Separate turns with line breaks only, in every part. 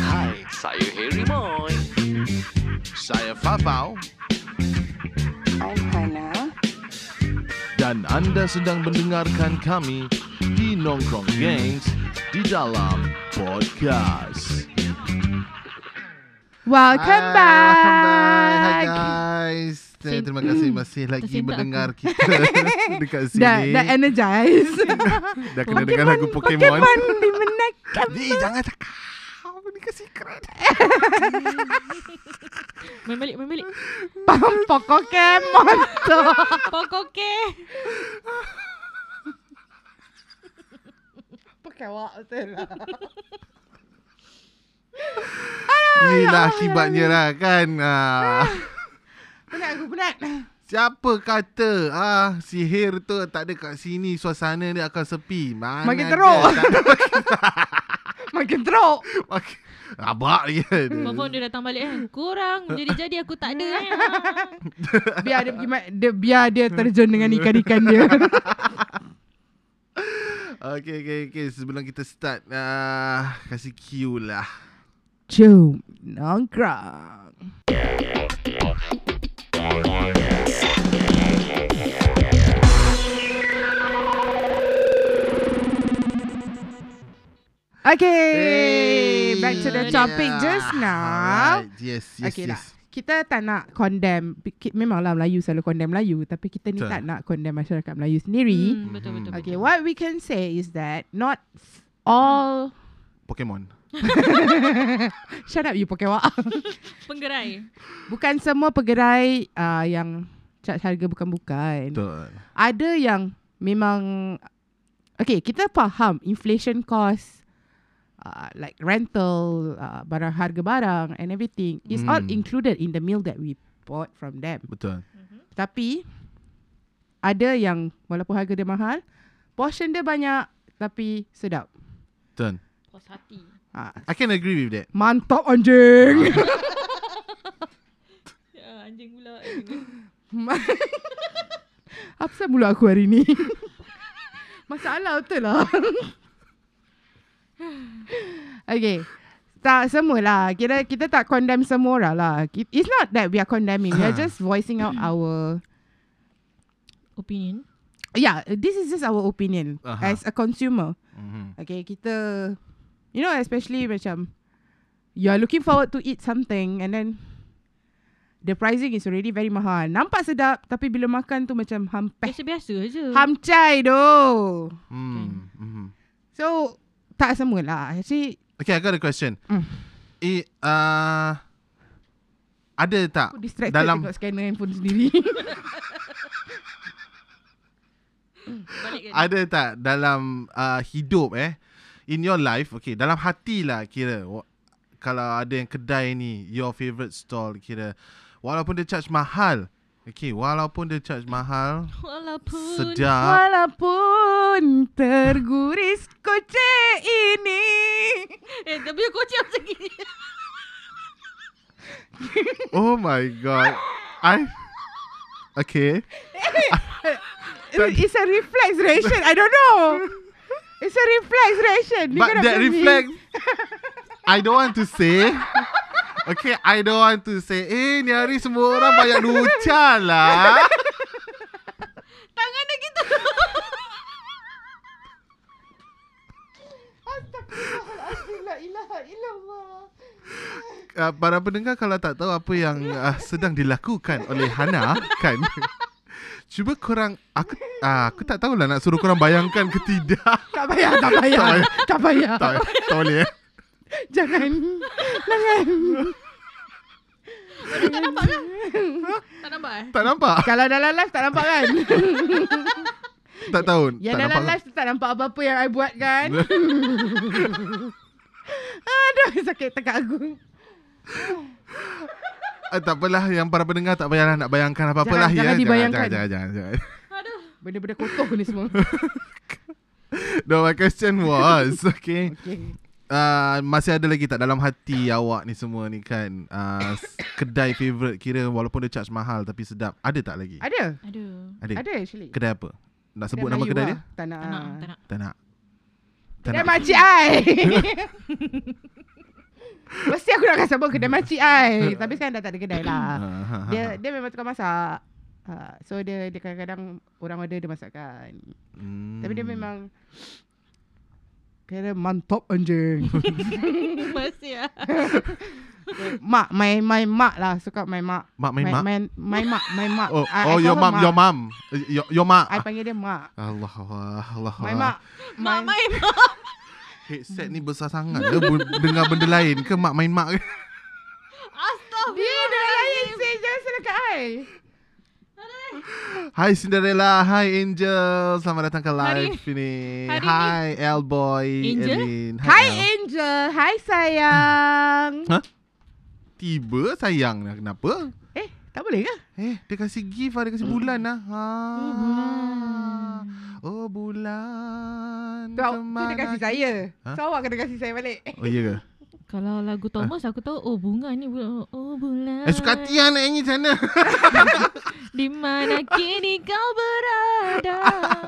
Hai, saya Harry Boy.
Saya Fafau
I'm Hannah.
dan anda sedang mendengarkan kami di Nongkrong Gangs di dalam podcast.
Welcome
Hai,
back.
Ah, Welcome back. Hai guys.
Sin-
Terima kasih masih lagi
Tersintak
mendengar kita dekat sini.
Dah, dah energize.
Dah kena dengar lagu Pokemon.
Pokemon dimenangkan.
Di, jangan cakap. Ni kasih keren.
Main balik, main balik.
Pokemon tu.
Pokok Ah, ke.
Pokewak tu lah.
Inilah akibatnya lah kan. Ah.
Penat aku penat.
Siapa kata ah sihir tu tak ada kat sini suasana dia akan sepi. Mana
Makin
ada,
teruk.
tak ada
Makin teruk.
Makin rabak dia.
Confirm dia datang balik kan. Kurang. Jadi-jadi aku tak ada kan.
Biar dia pergi ma- dia, biar dia terjun dengan ikan-ikan dia.
Okay, okay, okay. Sebelum kita start, uh, kasih cue lah.
Jom nongkrong. Okay, back to
Hey.
the topic just now.
Alright, yes, yes,
okay
yes.
lah. Kita tak nak condemn. Ki- Memanglah Melayu selalu condemn Melayu. Tapi kita ni
Betul.
tak nak condemn masyarakat Melayu sendiri.
Hmm, betul, betul, betul.
Okay, what we can say is that not all...
Pokemon.
Shut up you Pokewak.
Penggerai.
Bukan semua pegerai uh, yang charge harga bukan-bukan.
Betul.
Ada yang memang... Okay, kita faham inflation cost. Uh, like rental, uh, barang harga barang and everything is all
Hmm.
included in the meal that we bought from them.
Betul.
Tapi ada yang walaupun harga dia mahal, portion dia banyak tapi sedap.
Betul.
Puas hati.
Ha.
I can agree with that.
Mantap
Ah.
anjing.
Ya, anjing pula. Anjing.
Apa sebab mulut aku hari ni? Masalah betul lah. okay. Tak semua lah. Kita kita tak condemn semua orang lah. Ki- It's not that we are condemning. we are just voicing out our
Opinion.
yeah, this is just our opinion
Aha.
as a consumer.
Mm-hmm.
Okay, kita you know especially macam you are looking forward to eat something and then the pricing is already very mahal. Nampak sedap tapi bila makan tu macam hampeh.
Biasa-biasa je.
Hamcai doh.
Mm. Mm-hmm.
So tak semualah. Actually
Okay, I got a question.
Mm.
Eh, uh, ada tak
aku distracted
dalam
tengok scanner handphone sendiri.
Balik kan.
ada tak dalam uh, hidup eh in your life okay dalam hati lah kira wa- kalau ada yang kedai ni your favourite stall kira walaupun dia charge mahal okay walaupun dia charge mahal
Walaupun.
sedap
Walaupun terguris kocek ini.
Eh, tapi aku kocok macam gini.
oh my god I okay
It's a reflex reaction. I don't know. It's a reflex reaction. You
but
cannot
that
tell me.
reflect I don't want to say Okay, I don't want to say Eh, ni hari semua orang banyak lucah lah
Tangan dia gitu.
Astagfirullahaladzim, la ilaha illallah.
uh, para pendengar kalau tak tahu apa yang uh, sedang dilakukan oleh Hana kan cuba korang aku uh, aku tak tahulah nak suruh korang bayangkan ke tidak
Tak payah, tak payah. tak payah.
tak, tak boleh eh?
Jangan. Jangan.
Orang tak nampak kan? Tak nampak eh?
tak nampak
Kalau dalam live tak nampak kan?
tak tahu tak nampak
Yang dalam Ya,
kan? lah.
live tu tak nampak apa-apa yang I buat kan? Aduh, sakit tekak aku.
uh, tak apalah yang para pendengar tak payahlah nak bayangkan apa-apalah
Jangan-
ya
jangan dibayangkan.
jangan jangan, jangan, jangan.
Aduh.
Benda-benda kotor ni semua.
No, my question was, okay,
Okay.
uh, masih ada lagi tak dalam hati awak ni semua ni kan? Uh, s- kedai favourite kira walaupun dia charge mahal tapi sedap. Ada tak lagi?
Ada.
Aduh.
Ada.
Ada actually.
Kedai apa? Nak sebut kedai nama
Melayu
kedai
lah.
dia?
Tak nak.
Tak nak, tak nak.
Tak nak. Tak
Kedai
nak.
makcik ai. Mesti aku nak kasi sebut kedai makcik ai. Tapi sekarang dah tak ada kedai lah.
Ah, ha, ha, ha.
Dia dia memang tukang masak. Ha, so dia, dia kadang-kadang orang order dia masakkan.
Hmm.
Tapi dia memang Kira mantap anjing
Masih lah.
Mak My my mak lah Suka my mak
Mak main
my,
mak?
My, my mak My mak
Oh,
I- I
oh
call
your
her
mom, your mom. Eh, Your, your mak.
I panggil dia mak
Allah Allah Allah.
My mak
Mak
My-
main
Headset ni besar sangat ke Bu- Dengar benda lain ke Mak main mak ke
Dia dah lain Saya jangan selakat I
Hai Cinderella Hai Angel Selamat datang ke
Hari-
live ini
hari
Hai Elboy
Angel?
Elin
Hi
El.
Angel Hi sayang
Tiba sayang lah Kenapa
Eh tak boleh ke?
Eh dia kasih gift lah Dia
Mm.
kasih bulan lah ha. Oh
Mm-hmm.
bulan Oh bulan
Tu, awak- tu dia
kemana
kasih saya
Ha?
So awak kena kasih saya balik
Oh iya ke
Kalau lagu Thomas aku tahu oh bunga ni bunga oh
Eh
bunga.
suka hati lah nak nyanyi macam mana
Di mana kini kau berada?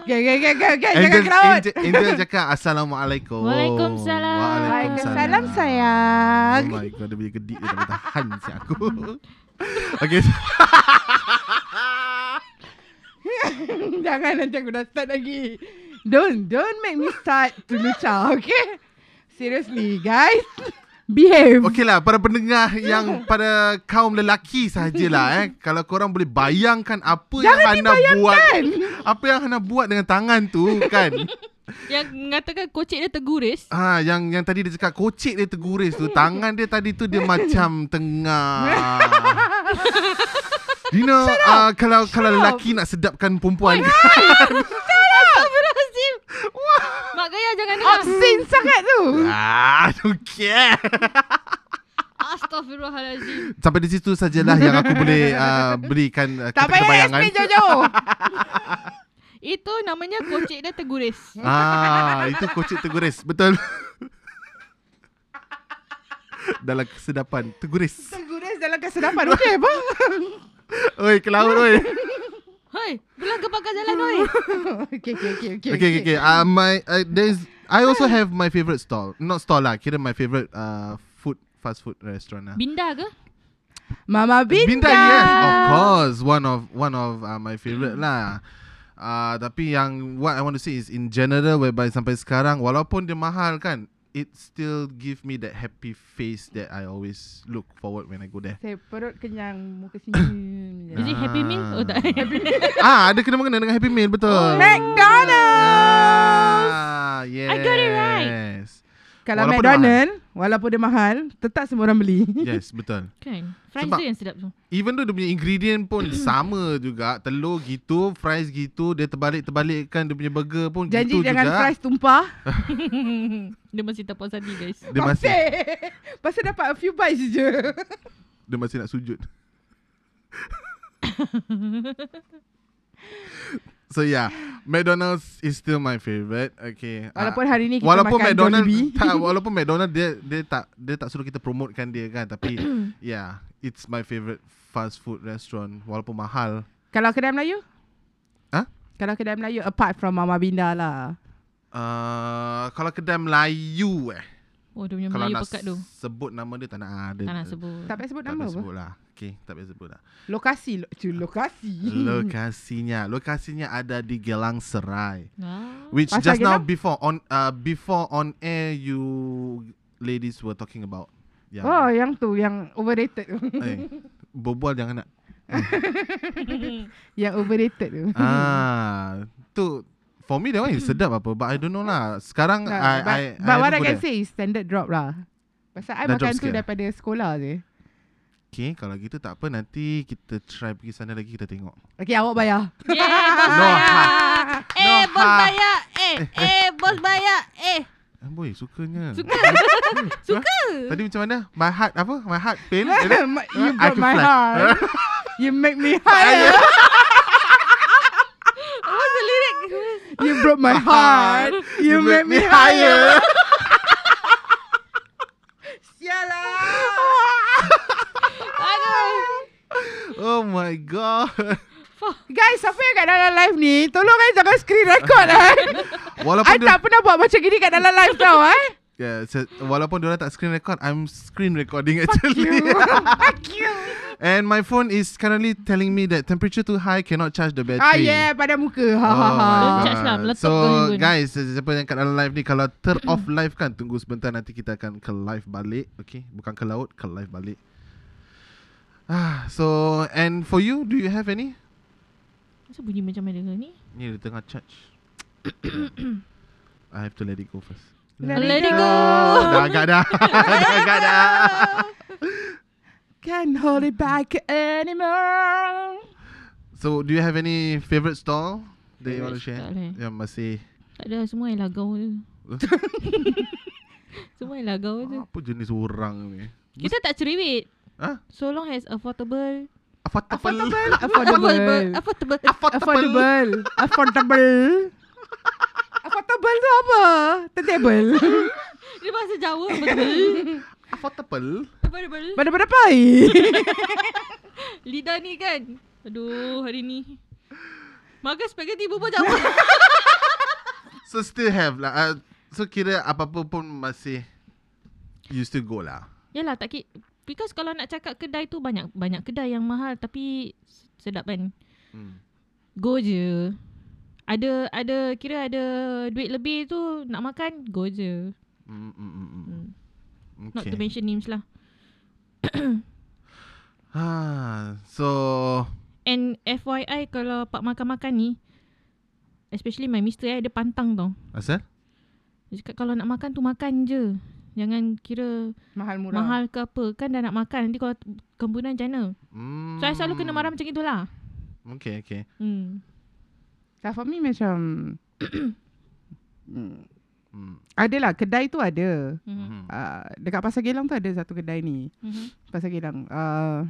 Okay okay okay okay, okay. Jangan
Angel,
kerawat
Angel, Angel cakap Assalamualaikum
Waalaikumsalam.
Waalaikumsalam, sayang.
Oh my god Dia punya gedik dia tak boleh tahan si aku Okay so,
Jangan nanti aku dah start lagi. Don't don't make me start to lucah, okay? Seriously, guys. Behave.
Okay lah Para pendengar yang Pada kaum lelaki sahajalah eh Kalau korang boleh bayangkan Apa
Jangan
yang Hana
dibayangkan.
buat Apa yang Hana buat dengan tangan tu kan
Yang mengatakan kocik dia terguris.
ha, yang yang tadi dia cakap Kocik dia terguris tu Tangan dia tadi tu Dia macam tengah You know uh, Kalau kalau lelaki nak sedapkan perempuan
Astagfirullahalazim. Mak Gaya jangan dengar.
Obscene sangat tu.
Ah, I don't care.
Astagfirullahalazim.
Sampai di situ sajalah yang aku boleh uh, berikan uh,
Tak payah
bayangan.
explain jauh-jauh.
Itu namanya kocik dia terguris.
Ah, itu kocik teguris. Betul. Dalam kesedapan teguris.
Terguris dalam kesedapan, okay apa?
Oi, ke laut oi.
Hoi, belah ke pakar jalan oi.
okay, okay, okay, okay.
Okay, okay, okay. Uh, my uh, there's I also have my favorite stall. Not stall lah, kira my favorite uh, food fast food restaurant lah.
Binda ke?
Mama Binda.
Binda yes Oh. Of course One of One of uh, my favourite lah uh, Tapi yang What I want to say is In general Whereby sampai sekarang Walaupun dia mahal kan It still give me that happy face That I always look forward When I go there
Saya perut kenyang, muka
Hmm.
senyum.
Is
je.
it Happy Meal? Oh tak. Happy Meal. Oh,
Ah ada kena mengena dengan Happy Meal Betul
McDonald's.
ah, yes.
I got it right.
Kalau
Walaupun dia Ya,
McDonald, walaupun dia mahal, tetap semua orang beli.
Yes betul
Kan. Fries
Sebab-
dia yang sedap tu.
Even though dia punya ingredient pun sama juga Telur gitu Fries gitu Dia terbalik-terbalikkan Dia punya burger pun gitu
Janji jangan
juga
fries tumpah.
Dia masih tak puas hati guys.
Dia masih
Pasal dapat a few bites je
Dia masih nak sujud So yeah McDonald's is still my favourite Okay Ah,
Walaupun hari ni kita
Walaupun
makan
McDonald's
Jollibee.
tak, Walaupun McDonald's dia, dia tak Dia tak suruh kita promotekan dia kan Tapi Yeah It's my favourite fast food restaurant Walaupun mahal
Kalau kedai Melayu?
Ha?
Kalau kedai Melayu apart from Mama Binda lah
uh, Kalau kedai Melayu eh
Oh dia punya
Kalau
Melayu
nak
pekat tu.
sebut nama dia Tak nak ada
Tak nak sebut.
Tak payah sebut
Tak
nama
payah
apa?
sebut lah Okay tak payah sebut lah
Lokasi lo, cu, Lokasi
Hmm.
Lokasinya Lokasinya ada di Gelang Serai
Ah.
Which
Pasal
just now
Gelang?
before on uh, before on air you ladies were talking about. Yang,
Oh yang tu Yang overrated tu
Eh, berbual jangan nak.
Yang overrated tu
ah, tu for me that one is sedap apa but I don't know lah. Sekarang
Tak,
I,
But,
I,
but
I
what I
haven't
can
go there.
say is Standard drop lah Pasal I
Dah drop
makan tu
sikit.
daripada sekolah je
Okay, kalau gitu tak apa nanti kita try pergi sana lagi kita tengok.
Okay awak bayar
Yeah, Eh,
Ah,
No, No,
ya.
bos bayar. Eh, bos
ha.
bayar. Eh, eh, bos bayar. Eh,
Ah, boy, sukanya.
Suka.
Suka. Tadi macam mana? My heart apa? My heart pain. Eh,
You
I
broke
can
my
fly.
heart You make me higher
apa tu lirik?
You broke my heart. You, made, me higher. Sialah.
Aduh.
oh my god.
Guys, siapa yang kat dalam live ni, tolong eh jangan screen record eh.
Walaupun
I tak pernah buat macam gini kat dalam live tau eh.
Yeah, so, walaupun diorang tak screen record, I'm screen recording
You.
actually.
Fuck you.
And my phone is currently telling me that temperature too high cannot charge the battery.
Ah yeah, pada muka. Ha
Oh
ha ha.
my
Don't charge lah,
God.
meletup
So
ke handphone.
guys Siapa yang kat dalam live ni Kalau turn off live kan Tunggu sebentar nanti kita akan ke live balik Okay Bukan ke laut Ke live balik Ah, So And for you Do you have any?
Masa bunyi macam mana ni?
Ni dia tengah charge I have to let it go first
Let it go.
Dah agak dah Dah agak dah
Can't hold it back anymore.
So do you have any Favourite stall That you want to
Favourite
share
stall, eh?
Yang masih
Tak ada semua yang lagau je. semua yang lagau je.
Apa jenis orang ni
Kita tak cerewet.
Ha?
So long as affordable.
Affordable
Affordable.
Affordable. Affordable.
Affordable. Affordable. Affordable tu apa? Tentable.
Dia bahasa Jawa betul.
Affordable
Affordable.
Benda-benda pahit.
Lidah ni kan. Aduh, hari ni. Makan spaghetti bubur Jawa.
So still have lah. Uh, so kira apa-apa pun masih you still go lah.
Yalah tak ki- Because kalau nak cakap kedai tu banyak banyak kedai yang mahal tapi sedap kan.
Hmm.
Go je. Ada ada kira ada duit lebih tu nak makan go je.
Mm, mm, mm, mm.
Hmm. Not to
Okay.
mention names lah.
Ah, so
And FYI kalau pak makan-makan ni especially my mister eh dia pantang tau.
asal?
Dia cakap kalau nak makan tu makan je. Jangan kira
Mahal
Murah. mahal ke apa kan dah nak makan nanti kalau t- kembunan macam mana.
Mm.
So I selalu kena marah macam itulah.
Okay, okay.
Hmm.
Tak for me macam Hmm.
Mm.
Adalah lah, kedai tu ada
Mhm.
Mm.
uh, Dekat Pasar Gelang tu ada satu kedai ni
Mhm.
Pasar Gelang uh,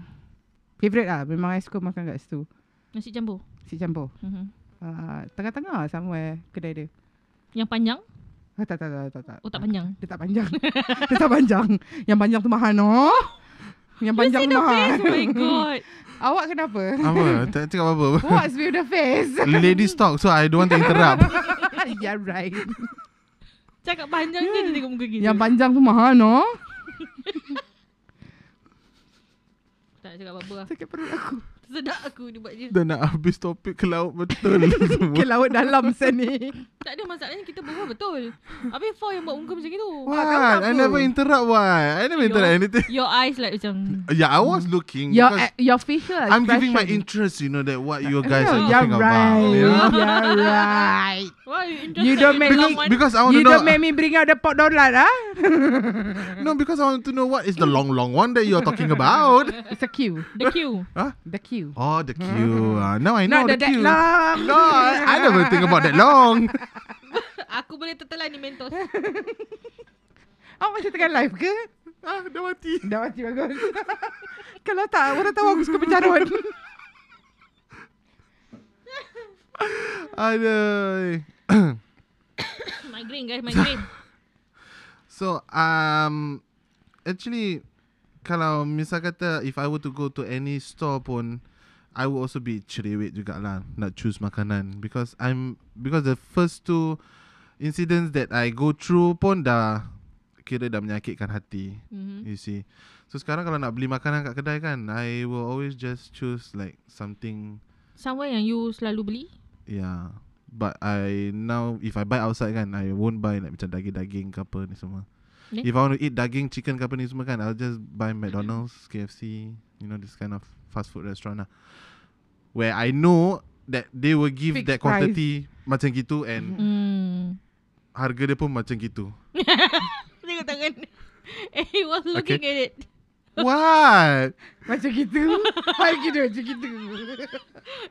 Favorite lah Memang I suka makan kat situ
Nasi campur.
Si campur
Mhm.
uh, Tengah-tengah somewhere kedai dia
Yang panjang?
ah, tak, tak, tak, tak, tak
Oh tak panjang.
Dia tak panjang Dia tak panjang Yang panjang tu mahal no Yang panjang tu mahal
Oh my god.
Awak kenapa?
apa? Tak cakap apa-apa.
What's with the face?
Ladies talk so I don't want to interrupt.
yeah right
Cakap panjang je dia tengok muka kita.
Yang panjang tu mahal no
tak cakap apa-apa lah.
Sakit perut aku
Sedap aku dia buat je.
Dah nak habis topik ke laut betul
Ke
semua.
laut dalam sen ni
Tak ada masalahnya kita berbual betul. Habis Foy yang buat muka macam itu.
What? I never interrupt why? I never interrupt anything.
Your eyes like macam
Yeah, I was looking
Your,
because
a- your facial eh, expression.
I'm giving my interest, you know, that what you guys
No,
are
you're
talking
right.
about. You know?
You're right.
Why you interested
You don't
in
make
someone?
me,
Because I want
you
to know.
don't make me bring out the pot donut, ah? Mm.
No, because I want to know what is the long, long one that you're talking about.
It's a queue.
The queue
The queue.
Oh, the queue. Uh, now I know
Not the
the,
that
queue.
long.
No, I, I never think about that long.
Aku boleh tertelan ni mentos
Awak Oh, masih tengah live ke?
ah, dah mati.
Dah mati bagus. Kalau tak, orang tahu aku suka pencarut.
Aduh.
Migraine guys migraine
So, um, actually, kalau misal kata, if I were to go to any store pun, I would also be cerewet jugalah nak choose makanan because I'm because the first two incidents that I go through pun dah kira dah menyakitkan hati.
Mhm.
You see So sekarang kalau nak beli makanan kat kedai kan I will always just choose like something
Somewhere yang you selalu beli
Yeah But I now If I buy outside kan I won't buy like macam daging-daging ke apa ni semua
Eh?
If I want to eat daging chicken ke apa ni semua kan I'll just buy McDonald's, KFC You know this kind of fast food restaurant lah Where I know That they will give
Fixed
that
price.
quantity Macam gitu and
Hmm
Harga dia pun macam gitu
Tengok tangan Eh he was looking okay. at it
What?
macam gitu. Hai gitu, macam gitu.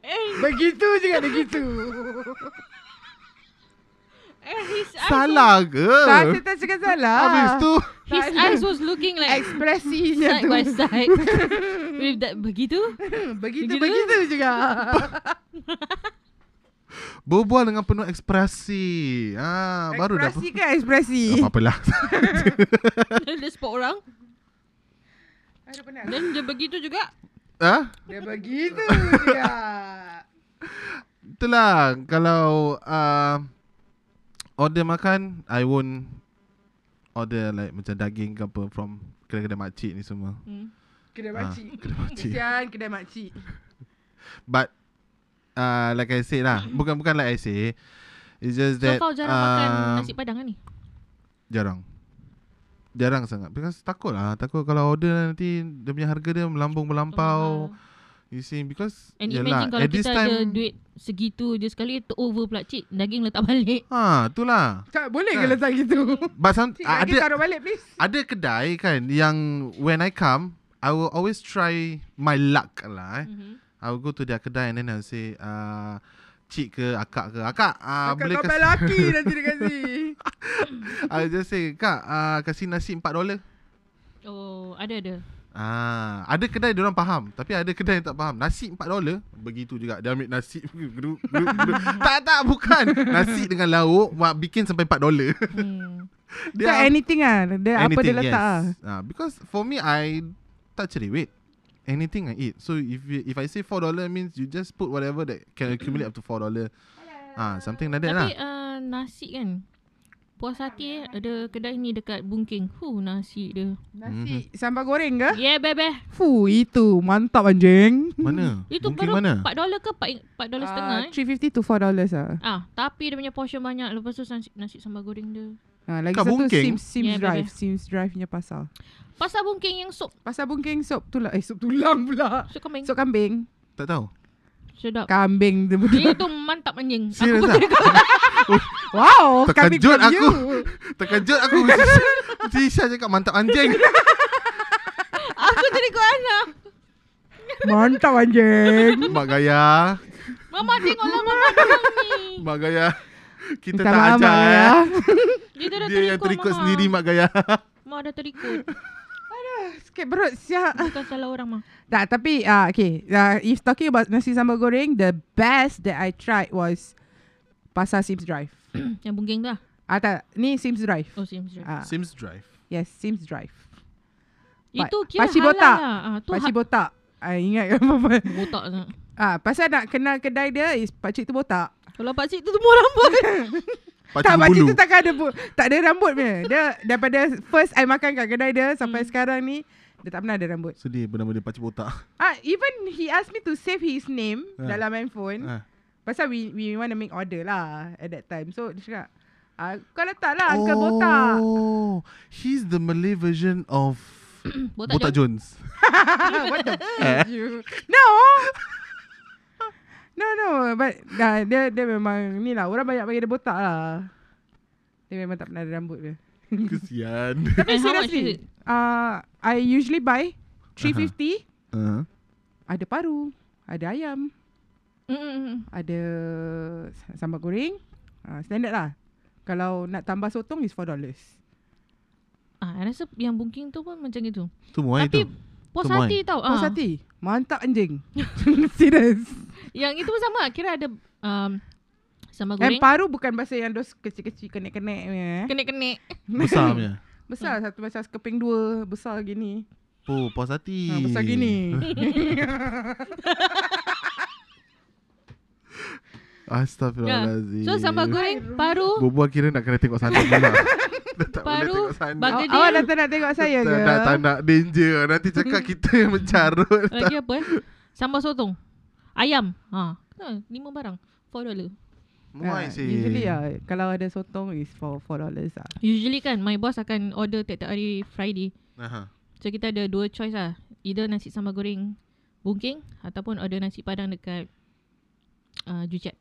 Eh
Begitu je kan dia gitu.
eh his eyes
Salah ke?
Tak, saya tak cakap salah.
Habis tu
was, His eyes was looking like
Ekspresinya
Side
tu.
by side With that begitu
Begitu, kan.
Begitu.
begitu juga.
Berbual dengan penuh ekspresi. Ah, baru dah.
Ekspresi ke ekspresi?
Tak lah. apa-apalah.
Dia support orang
Ada pernah.
Then dia begitu juga
ah?
Dia begitu kan. juga.
Itulah kalau uh, order makan I won't order like macam daging ke apa from kedai-kedai makcik ni semua.
Hmm.
Kedai
Ah,
makcik.
kedai makcik.
Kesian kedai makcik.
But uh, like I said lah, bukan bukan like I say. It's just
Mm-hmm.
that
So kau jarang
um,
makan nasi padang kan ni
jarang. Jarang sangat because takut lah Takut kalau order nanti Dia punya harga dia melambung melampau You see because
And
yelah,
imagine kalau
at this
kita ada duit segitu je sekali Terover pula cik Daging letak balik
Ha, itulah.
Tak boleh ke
Ah.
letak gitu?
But some,
Cik, lagi
ada
taruh balik please.
ada kedai kan yang when I come, I will always try my luck lah. Eh.
Hmm.
Mhm.
I will go to their kedai and then I'll say, uh, cik ke akak ke akak, uh,
Akak
boleh
kau
kasi,
lelaki nanti dia kasi.
I'll just say, kak uh, kasi nasi 4 dolar.
Oh ada ada
Ah, ada kedai dia orang faham, tapi ada kedai yang tak faham. Nasi 4 dolar, begitu juga. Dia ambil nasi geruk, geruk, geruk. tak tak bukan. Nasi dengan lauk mak bikin sampai 4 dolar.
hmm.
Dia so, anything ah. Dia apa dia letak ah.
ah. because for me I tak cerewet. Anything I eat. So if you, if I say four dollar means you just put whatever that can accumulate up to four dollar. Ah, something like that lah.
Tapi uh, nasi kan Puas hati eh Ada kedai ni dekat Bungking Huh nasi dia
Mhm.
Nasi sambal goreng ke?
Yeah bebeh
Fu, itu mantap anjing.
Mana?
mm, Itu
Mungkin
baru
mana?
mana? 4 dolar ke 4, 4 dolar uh, setengah
Ah,
eh
350 to 4 dollars ah.
Ah, tapi dia punya portion banyak. Lepas tu nasi, nasi sambal goreng dia.
Ha, lagi
Kat
satu
Bungking?
Sims, Sims
Yeah,
Drive,
boleh.
Sims Drive punya pasar.
Pasar bungking yang sup.
Pasar Bungking sop tulang, eh sop tulang pula.
Sup kambing.
Sop kambing.
Tak tahu.
Sedap.
Kambing tu
Dia
betul.
tu mantap anjing.
Serius ah?
Aku
tak?
Wow, kambing
Terkejut
from
aku.
you.
Terkejut aku. Tisha cakap mantap anjing.
aku jadi kau anak.
Mantap anjing.
Mak Gaya.
Mama tengoklah mama tengok ni.
Mak Gaya. Kita
Minta
tak
maaf,
ajar eh.
Mak Gaya.
Dia, dah
Dia yang terikut
mama.
sendiri Mak Gaya.
Mak dah terikut.
Sikit perut siap.
Bukan salah orang mah.
Tak, tapi uh, okay. Uh, if talking about nasi sambal goreng, the best that I tried was Pasar Sims Drive.
yang bungking tu lah.
Ah tak, ni Sims Drive.
Oh, same same.
Ah,
Sims Drive.
yes, Sims Drive.
Itu
Pak-
kira
Pakcik
halal
botak.
lah. Ah,
Pakcik
tu Pakcik
botak. I ingat kan apa
botak. sangat.
Ah, pasal nak kenal kedai dia is pakcik tu botak.
Kalau pakcik tu tumbuh rambut.
Pakcik
tak, pakcik
bulu.
tu takkan ada bu- tak ada rambut punya. Dia daripada first I makan kat kedai dia sampai sekarang ni dia tak pernah ada rambut.
Sedih bernama dia pakcik botak.
Ah, even he asked me to save his name
Ah.
dalam handphone.
Ah.
Pasal we we want to make order lah at that time. So dia cakap, ah, kau letak lah Uncle Botak.
Oh, he's the Malay version of
botak,
Botak
jom.
Jones.
What the
Eh?
fuck you? No! No, no. But nah, dia, dia memang ni lah. Orang banyak bagi dia botak lah. Dia memang tak pernah ada rambut dia.
Kesian.
And how much is it?
Seriously, uh, I usually buy 350.
Uh,
Uh-huh.
Ada paru. Ada ayam.
Mm, mm, mm.
Ada sambal goreng. Uh, standard lah. Kalau nak tambah sotong is $4.
Ah, I rasa yang bungking tu pun macam gitu.
tu muai
Tapi
tu.
puas
Temuai.
hati tau.
Puas
ah.
hati. Oh, Mantap anjing. Serius.
Yang itu pun sama Kira ada um, Sambal
Dan
goreng
paru bukan bahasa yang dos kecil-kecil kenek-kenek punya eh.
Kenek-kenek
Besar punya.
Besar
Hmm.
satu macam keping dua Besar gini
Oh, puas hati.
ha, Besar gini
Astaghfirullahalazim.
Ya, So sambal goreng Paru
Bubuah kira nak kena tengok sana pula. Dah tak boleh
Paru,
tengok sana.
bagai-
Awak
Jadi-
awak dah tak nak tengok saya
tak,
ke?
nak, tak nak danger Nanti cakap kita yang mencarut
Lagi apa eh Sambal sotong Ayam ha. ha lima barang Four dollar
Muai
Ah,
sih
Usually lah Kalau ada sotong Is for $4 lah
Usually kan My boss akan order Tiap-tiap hari Friday
Aha.
So kita ada dua choice lah Either nasi sambal goreng Bungking Ataupun order nasi padang dekat uh, Juchat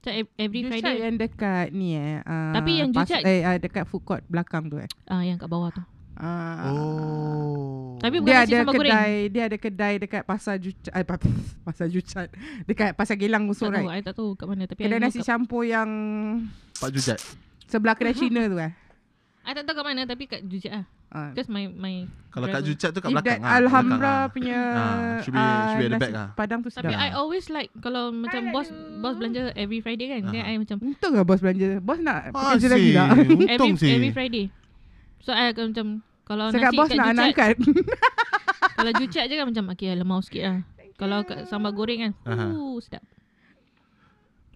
So ev- every
Juchat
Friday
yang dekat ni eh ah,
Tapi yang
pas-
Juchat-
eh, ah, Dekat food court belakang tu eh
ah, Yang kat bawah tu
Ah,
Oh
Tapi bukan
Dia
nasi
ada
sambal goreng
kedai Dia ada kedai Dekat pasar Jucat eh, pa- Pasar Jucat Dekat pasar Gelang
Tak
Usul
tahu
right
I tak tahu kat mana Tapi
Kedai
I know
nasi
kat-
campur yang
Pak Jujat
Uh-huh.
Sebelah kedai Cina tu eh
I tak tahu kat mana Tapi kat Juchat lah
Uh,
Because my my
Kalau kat
driver.
Jucat tu kat
if
belakang
that
ah, kat belakang
Alhambra
ah.
punya
Ah, should be- should be at the
nasi
back ah.
Padang tu
Tapi I
sedap.
Sedap.
always like Kalau macam bos Bos belanja every Friday kan Then I macam
Untung lah bos belanja. Bos nak
Ah,
kerja lagi
si.
tak?
Every
Untung
every
sih.
Friday So I akan macam Kalau
Cakap
nasi
bos
kat
nak anak
jucat
angkat.
Kalau jucat je kan macam Okay lah, lemau sikit lah Kalau kat sambal goreng kan
Aha.
uh, Sedap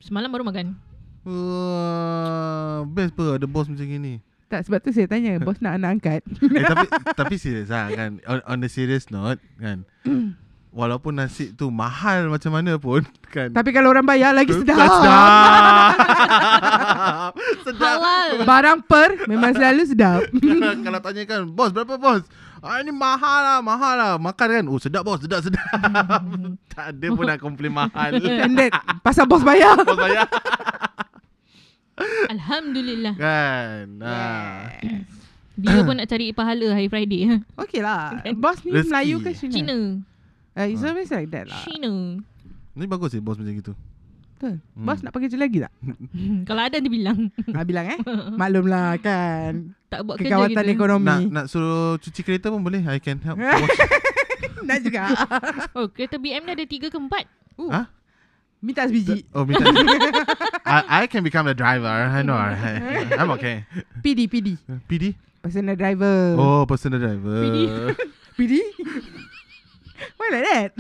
Semalam baru makan
Wah, Ah, best apa ada bos macam gini.
tak sebab tu saya tanya bos nak anak angkat.
eh, tapi tapi serius lah kan on, on a serious note kan walaupun nasi tu mahal macam mana pun kan
Tapi kalau orang bayar lagi sedap.
Tak sedap sedap
Halal
Barang per memang selalu sedap.
kalau, kalau tanya kan bos berapa bos ah, ini mahal lah mahal lah makan kan oh sedap bos sedap sedap tak ada pun nak komplain mahal
And that pasal bos bayar.
bos bayar
Alhamdulillah
kan ah.
Yeah.
Dia pun nak cari pahala hari Friday ha.
Okay lah. Bos ni
Rezeki.
Melayu ke Cina?
Cina
Uh, it's always like that lah.
Cina
ni bagus sih bos macam gitu
Betul.
Hmm.
Bos nak pergi kerja lagi tak?
Kalau ada dia bilang
ha, bilang eh. Maklumlah kan.
Tak buat kerja
Kegawatan
gitu
nak
ekonomi. Nak,
nak suruh cuci kereta pun boleh I can help Wash.
juga.
Oh kereta BM dah ada 3 ke 4
ha?
Minta sebiji.
Oh, minta. I, I can become the driver. I know. I, I'm okay.
PD, PD.
PD?
Personal driver.
Oh, personal driver.
PD.
PD? Why like that?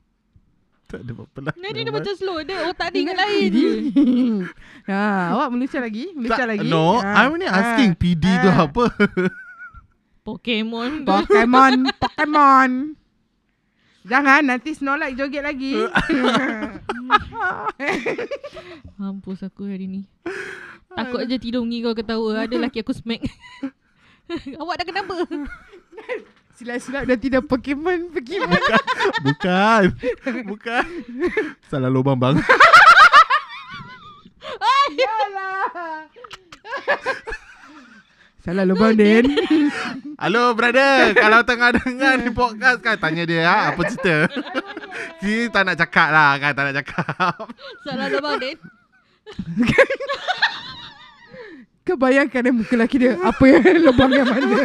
tak ada apa-apa lah.
Nah, dia, dia macam slow Dia otak dia ingat lain
ha, awak meluncur lagi? Meluncur
Tak,
lagi?
no,
Ha,
I'm only asking PD tu
Ah.
apa.
Pokemon tu
Pokemon, Pokemon. Jangan nanti Snorlax joget lagi.
Mampus aku hari ni Takut je tidur mengi kau ketawa Ada laki aku smack Awak dah kenapa?
Silap-silap nanti dah Pokemon, Pokemon.
Bukan. Bukan. Salah lubang bang.
Salah lubang Din.
Halo brother, kalau tengah dengar ni podcast kan tanya dia ha, apa cerita. Dia tak nak cakap lah kan, tak nak cakap.
Salah lubang Den
Kau bayangkan eh, muka lelaki dia apa yang lubang yang mana.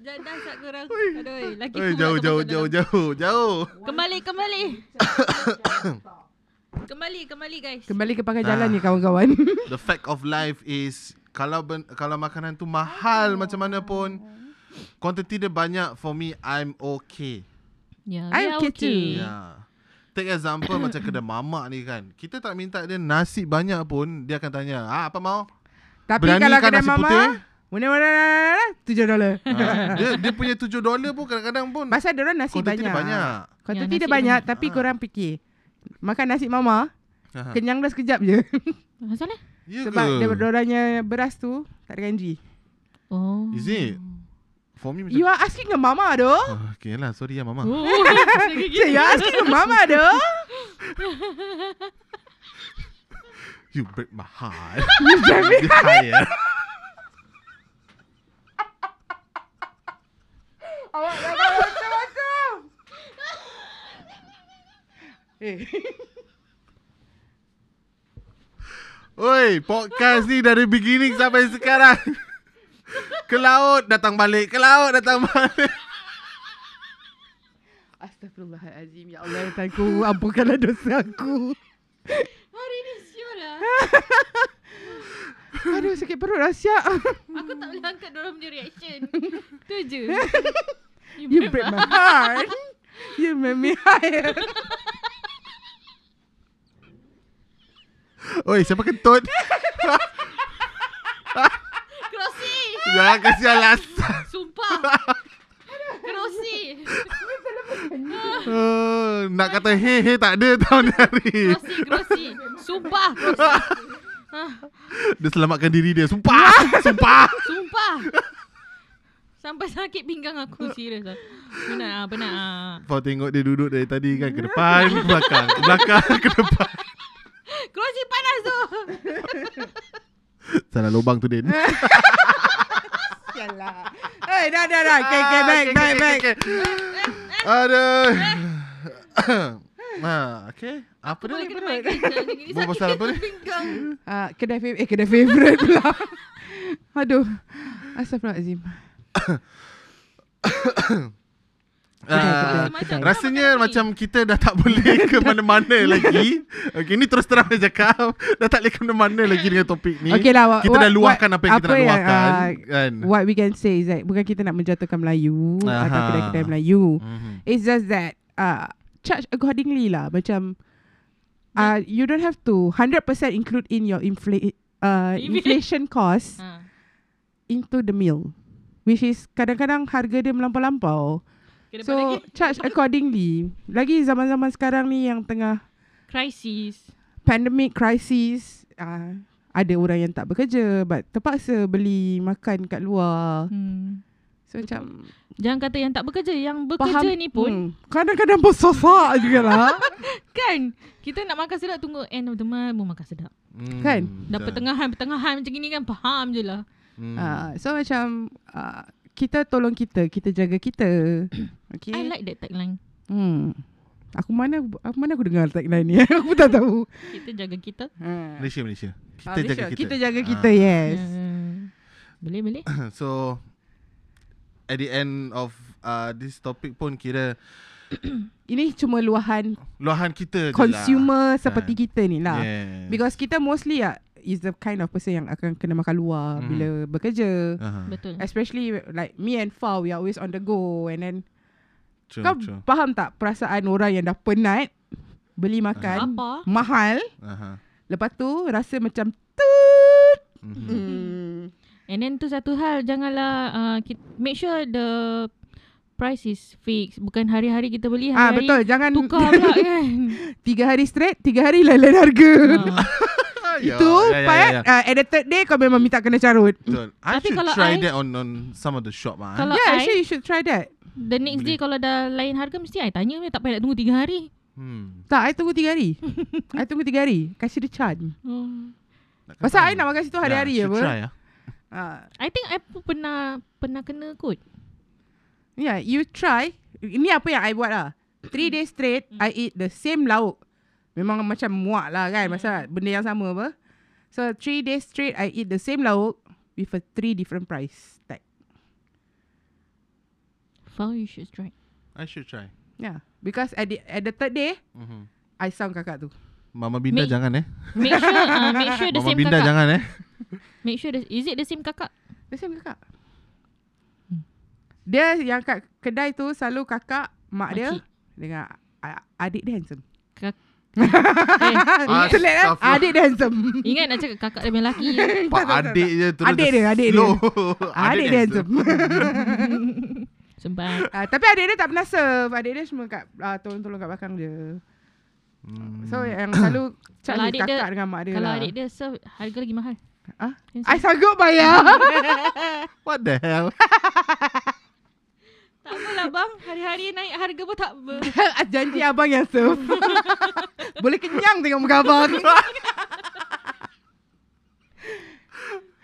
Jadah sak korang Aduh laki
Oi,
aku
jauh
tak
jauh
masuk
jauh
dalam.
jauh jauh.
Kembali kembali Kembali kembali guys
Kembali ke pakai
Ah.
jalan ni kawan-kawan.
The fact of life is kalau ben, kalau makanan tu
Oh.
mahal macam mana pun quantity dia banyak for me I'm okay.
Ya,
I
ya,
okay too.
Yeah. Take example macam kedai mamak ni kan. Kita tak minta dia nasi banyak pun dia akan tanya, "Ah, apa mau?"
Tapi
Berani
kalau
kan
kedai
nasi
mama,
putih?
mana-mana tujuh dolar.
Ah, dia dia punya 7 dolar pun kadang-kadang pun
Pasal dia orang nasi
quantity
banyak.
dia banyak.
Quantity
Ya, nasi
dia
dia
banyak
banyak.
tapi korang fikir. Makan nasi mama,
Aha.
kenyang dah sekejap je.
Asal eh?
Ha, Ya
Sebab
ke?
dia orangnya beras tu tak ada kanji.
Oh
Is it? For me
You
macam
are asking a mama though.
Ah, okay lah, sorry ya mama.
Oh,
ya.
Yeah, you are asking a mama though.
You break my heart. you break me higher.
Awak dah tahu macam aku. Eh,
Oi, podcast ni dari beginning sampai sekarang. Ke laut datang balik, ke laut datang balik.
astagfirullahalazim. Ya Allah, Tuhanku, ampunkanlah dosa aku.
Hari ni siul lah
Aduh, sakit perut lah siap.
Aku tak boleh angkat dorang punya reaction Tu je
You break my heart. You make me higher.
Oi, siapa kentut?
Kerosi
Jangan kasi alasan.
Sumpah Kerosi
Uh, nak kata hei hei tak ada tahun ni hari.
Kerosi kerosi Sumpah Ha, kerosi
Dia selamatkan diri dia. Sumpah. Sumpah.
Sumpah Sampai sakit pinggang aku Serius lah Penat lah Penat lah
Kau tengok dia duduk dari tadi kan ke depan, ke belakang, ke belakang, ke depan.
Kerusi panas tu
Salah lubang tu Din.
Sialah. Eh, dah, dah, dah. Okay, okay, back, back, back.
Aduh. Ha, okay. Apa dia?
Boleh kena main kerja macam gini,
Buat
sakit
pasal apa ni?
Pinggang
Ah, kedai favorite. Eh, kedai favorite pula. Aduh. Astagfirullahalazim.
Ah,
Macam kau
Rasanya
makan
macam kita dah tak boleh ke mana-mana lagi. Okay, ni terus terang saya cakap. Dah tak boleh ke mana-mana lagi dengan topik ni.
Okay lah. What,
kita dah luahkan
what,
apa yang kita nak luahkan. kan?
Uh, what we can say is that bukan kita nak menjatuhkan Melayu Aha. atau
Aha.
kedai-kedai Melayu.
Mhm.
It's just that uh, charge accordingly lah. Macam uh, you don't have to 100% include in your infla- uh, inflation cost
Ha.
into the meal. Which is kadang-kadang harga dia melampau-lampau.
Kena so,
So
lagi
charge accordingly. Lagi zaman-zaman sekarang ni yang tengah
crisis.
pandemic crisis, uh, ada orang yang tak bekerja but terpaksa beli makan kat luar.
Hmm.
So macam
Jangan kata yang tak bekerja, yang bekerja
faham-
ni pun
hmm, kadang-kadang pun lah. sosak jugalah.
kan kita nak makan sedap tunggu end of the month pun makan sedap.
Hmm,
kan?
Dah pertengahan pertengahan macam gini kan faham je lah.
Hmm.
Uh, so macam uh, kita tolong kita, kita jaga kita. Okay.
I like that tagline.
hmm. Aku mana aku mana aku dengar tagline ni. aku pun tak tahu.
Kita jaga kita.
Ha.
Malaysia, Malaysia. Hmm. Kita
Ah,
jaga kita.
Malaysia, Kita jaga kita,
Ah.
ya. yes.
Hmm. Boleh boleh.
So at the end of uh, this topic pun kira
Ini cuma luahan
luahan kita je lah.
consumer seperti
Kan.
kita ni
lah.
lah.
Yes.
Because kita mostly uh, is the kind of person yang akan kena makan
Mhm.
luar mm. bila bekerja.
uh-huh.
Betul.
Especially like me and Fau, we are always on the go. And then
True,
kau
true.
faham tak perasaan orang yang dah penat beli makan
Apa?
mahal,
Uh-huh.
lepas tu rasa macam
Hmm.
tut.
Mhm.
Hmm.
Mm.
And then tu satu hal janganlah uh, ki- make sure the price is fixed. Bukan hari-hari kita beli
Ah
hari-hari.
betul, jangan
Tukar pula kan.
tiga hari straight, tiga hari lain-lain harga.
ha.
Itu
Ya,
yeah, part Uh, at the third day kau memang minta kena carut.
Betul. I
Tapi
should
kalau
try
I-
that on on some of the shop ah.
Kalau
yeah,
I
actually you should try that.
the next day kalau dah lain harga mesti I tanya je tak payah nak tunggu 3 hari.
Hmm.
Tak, I tunggu tiga hari. I tunggu tiga hari. Kasih dia charge.
Hmm.
kena
Pasal
try.
I nak makan situ hari-hari
yeah,
ya apa.
should Try, ah.
Ah,
I think I pun pernah pernah kena kot.
Yeah, Ya, you try. Ini apa yang I buat lah. Three days straight, I eat the same lauk. Memang macam muak lah kan. Pasal benda yang sama apa. So, three days straight, I eat the same lauk with a three different price tag.
Faham you should try.
I should try.
Yeah. Ya, Because at the, at the third day,
Mhm.
I sound kakak tu.
Mama Binda
Make-
jangan eh.
Make sure uh, make sure the
Mama
same
Binda
kakak.
jangan eh.
Make sure the, is it the same kakak?
The same kakak. Dia yang kat kedai tu selalu kakak, mak dia
Makcik.
dengan a- adik dia handsome.
Eh, ingat,
Selek kan?
Astaghfirullah.
Adik dia handsome.
ingat nak cakap kakak dia punya lelaki.
Pak adik je terus.
Adik dia, adik dia.
slow.
adik
kan
dia handsome.
Sempat.
Uh, tapi adik dia tak pernah serve. Adik dia semua kat uh, tolong-tolong kat belakang je.
Hmm.
So yang selalu
Kalau
cakap
adik
kakak
dia-
dengan mak dia
Kalau
lah.
adik dia serve harga lagi mahal.
Ah?
Handsome.
I sanggup bayar.
What the hell?
Tak apalah bang, hari-hari naik harga pun tak apa.
Janji abang yang serve. Boleh kenyang tengok muka abang.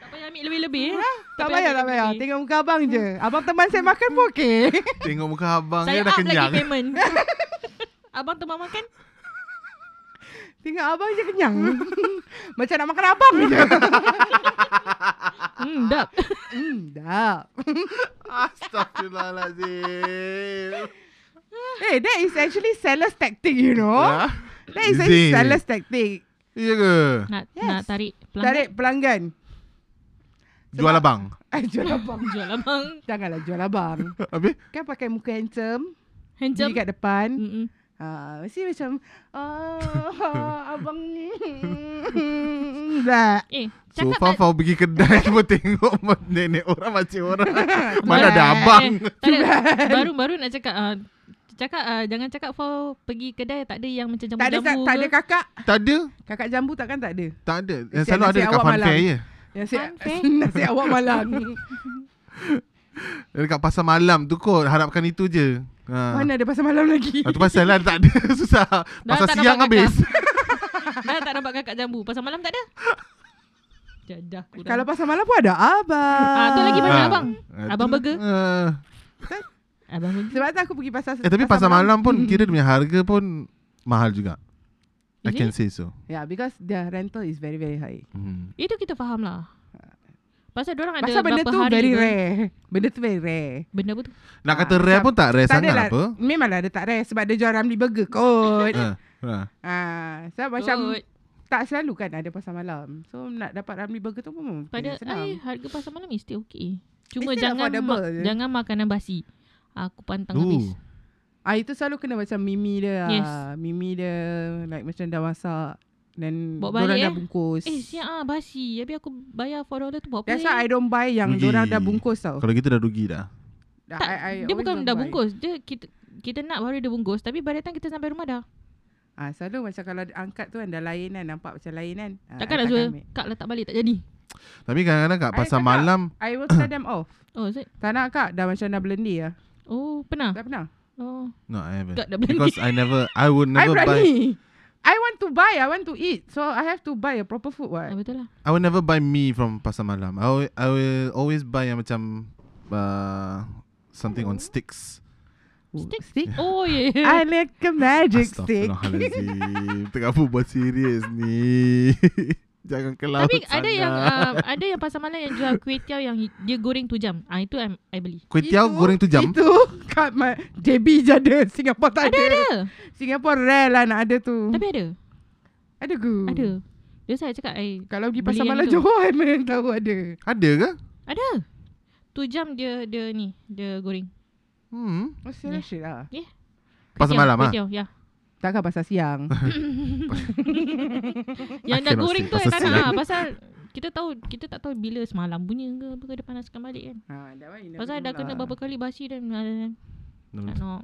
Tak payah ambil lebih-lebih. eh.
Ah, tak
payah
payah, tak payah.
ambil lebih-lebih.
Tengok muka abang je. Abang teman saya makan pun okey.
Tengok muka abang dia
Saya
dah
up
kenyang.
lagi payment. Abang teman makan?
Tengok abang je kenyang. Macam nak makan abang je. Ah,
Hmm, dap.
hmm, dah.
Astaghfirullahalazim.
Hey, Eh, that is actually seller's tactic, you know.
Ya?
That is
Is
actually
it?
seller's tactic.
Iya ke?
Nak
Yes.
nak tarik pelanggan.
Tarik pelanggan.
Jual abang.
Eh, jual abang.
Jual lah, abang.
Janganlah jual abang.
Habis?
Kan pakai muka handsome. Jom.
Handsome.
Diri kat depan.
Mm-mm.
Ha, mesti macam, oh, abang ni. Lah. Dah.
Eh,
So
cakap
far
tak-
Fau pergi kedai pun tengok nenek orang macam orang. Mana ada
Eh,
abang.
tak ada.
kan?
Baru-baru nak cakap ah, cakap ah, jangan cakap Fau pergi kedai tak ada yang macam jambu
Tak ada, tak,
jambu.
tak ada kakak.
Tak ada.
Kakak jambu takkan tak ada.
Tak ada. Yang
Kesian
selalu ada
nasib
dekat
awak
fun
malam.
fair je.
Yang si,
Funfair.
nasi awak malam.
Yang Dekat pasar malam tu kot. Harapkan itu je. Ha.
Mana ada pasal malam lagi.
Ah, tu pasal lah tak ada. Susah. Pasar
tak
siang
dapat
habis.
Dah Ah, tak nampak kakak jambu. Pasal malam tak ada. Jadah kurang.
Kalau pasal malam pun ada Oh, abang.
Ah, tu lagi banyak.
Ah.
abang?
Ah,
Abang
tu-
burger?
Ah.
Ah, Abang pergi.
Sebab tu aku pergi pasal
Eh tapi pasar malam pun kira dia punya harga pun mahal juga. I
Is
can say so.
Ya, Yeah, because the rental is very very high.
Hmm.
Itu kita faham lah. Pasal orang ada
Pasal benda
berapa
tu
hari
very
ber-
rare Benda tu very rare
Benda apa tu?
Nak
Ah,
kata rare
macam-
pun tak rare
Tak lah.
sangat
adalah-
apa
Memanglah dia tak rare Sebab dia jual Ramli Burger kot
Ha, ha.
Ah, Sebab macam
Kot.
Tak selalu kan ada pasar malam So nak dapat Ramli Burger tu pun
Pada
Pada
I,
senang
harga pasar malam is still okay. Cuma
It's still
jangan
affordable
ma-
je.
jangan makanan basi. Aku pantang
Ooh.
habis.
Ah Itu selalu kena macam mimi dia
Yes.
yes. Mimi dia Like macam dah masak Dan
Bawa
Diorang
balik,
dah
eh.
bungkus
Eh, siap ah basi. Habis aku bayar $4 tu buat apa?
That's
eh?
why I don't buy Yang
Rugi.
diorang dah bungkus tau
Kalau gitu dah rugi dah
Dah,
tak,
I- I
dia
always
bukan
don't
dah
buy.
bungkus. Dia kita kita nak baru dia bungkus tapi by the time kita sampai rumah dah.
Ah selalu macam kalau angkat tu kan dah lain kan nampak macam lain kan. Ah,
Takkan
I
nak jual
ambil.
kak letak balik tak jadi.
Tapi kadang-kadang kat
I
pasar
cakap.
malam
I will sell them off.
Oh, is it?
Tak nak kak dah macam dah belendi lah.
Oh, pernah.
Tak pernah.
Oh.
No I haven't
Got the blending.
Because I never I would
I
never buy
berani. I want to buy, I want to eat. So I have to buy a proper food
Ah,
what.
betul lah.
I will never buy me from pasar malam. I will, I will always buy yang macam uh, something on sticks.
Stick.
Stick.
Oh, yeah.
I like a magic stick.
Astaghfirullahalazim. Tengah pun buat serius ni. Jangan kelau
Tapi ada yang uh, ada yang pasar malam yang jual kuih tiaw yang dia goreng tu jam. Ah itu I, I beli.
Kuih tiaw
Itu-
goreng tu jam.
Itu kat my Debbie je ada. Singapore tak ada.
Ada ada.
Singapore rare lah nak ada tu.
Tapi ada.
ada ke?
Ada. Dia saya cakap I
Kalau pergi
Beli
pasar
yang
malam
tu.
Johor, I memang tahu ada.
Ada ke?
ada. Tu jam dia dia ni, dia goreng.
Hmm.
Oh, serious shit lah.
Kuih
Pasar
tiaw,
malam,
kuih
ah?
tiaw, Ya.
Takkan pasar siang.
Yang
I
dah
cannot
goreng
say
tu I
pasal
tak nak
siang.
ah, pasal kita tahu kita tak tahu bila semalam bunyi ke apa ke dia panaskan balik kan.
ha, that one you never
Pasal
know
dah kena
lah.
berapa kali basi dan
Hmm.
tak nak.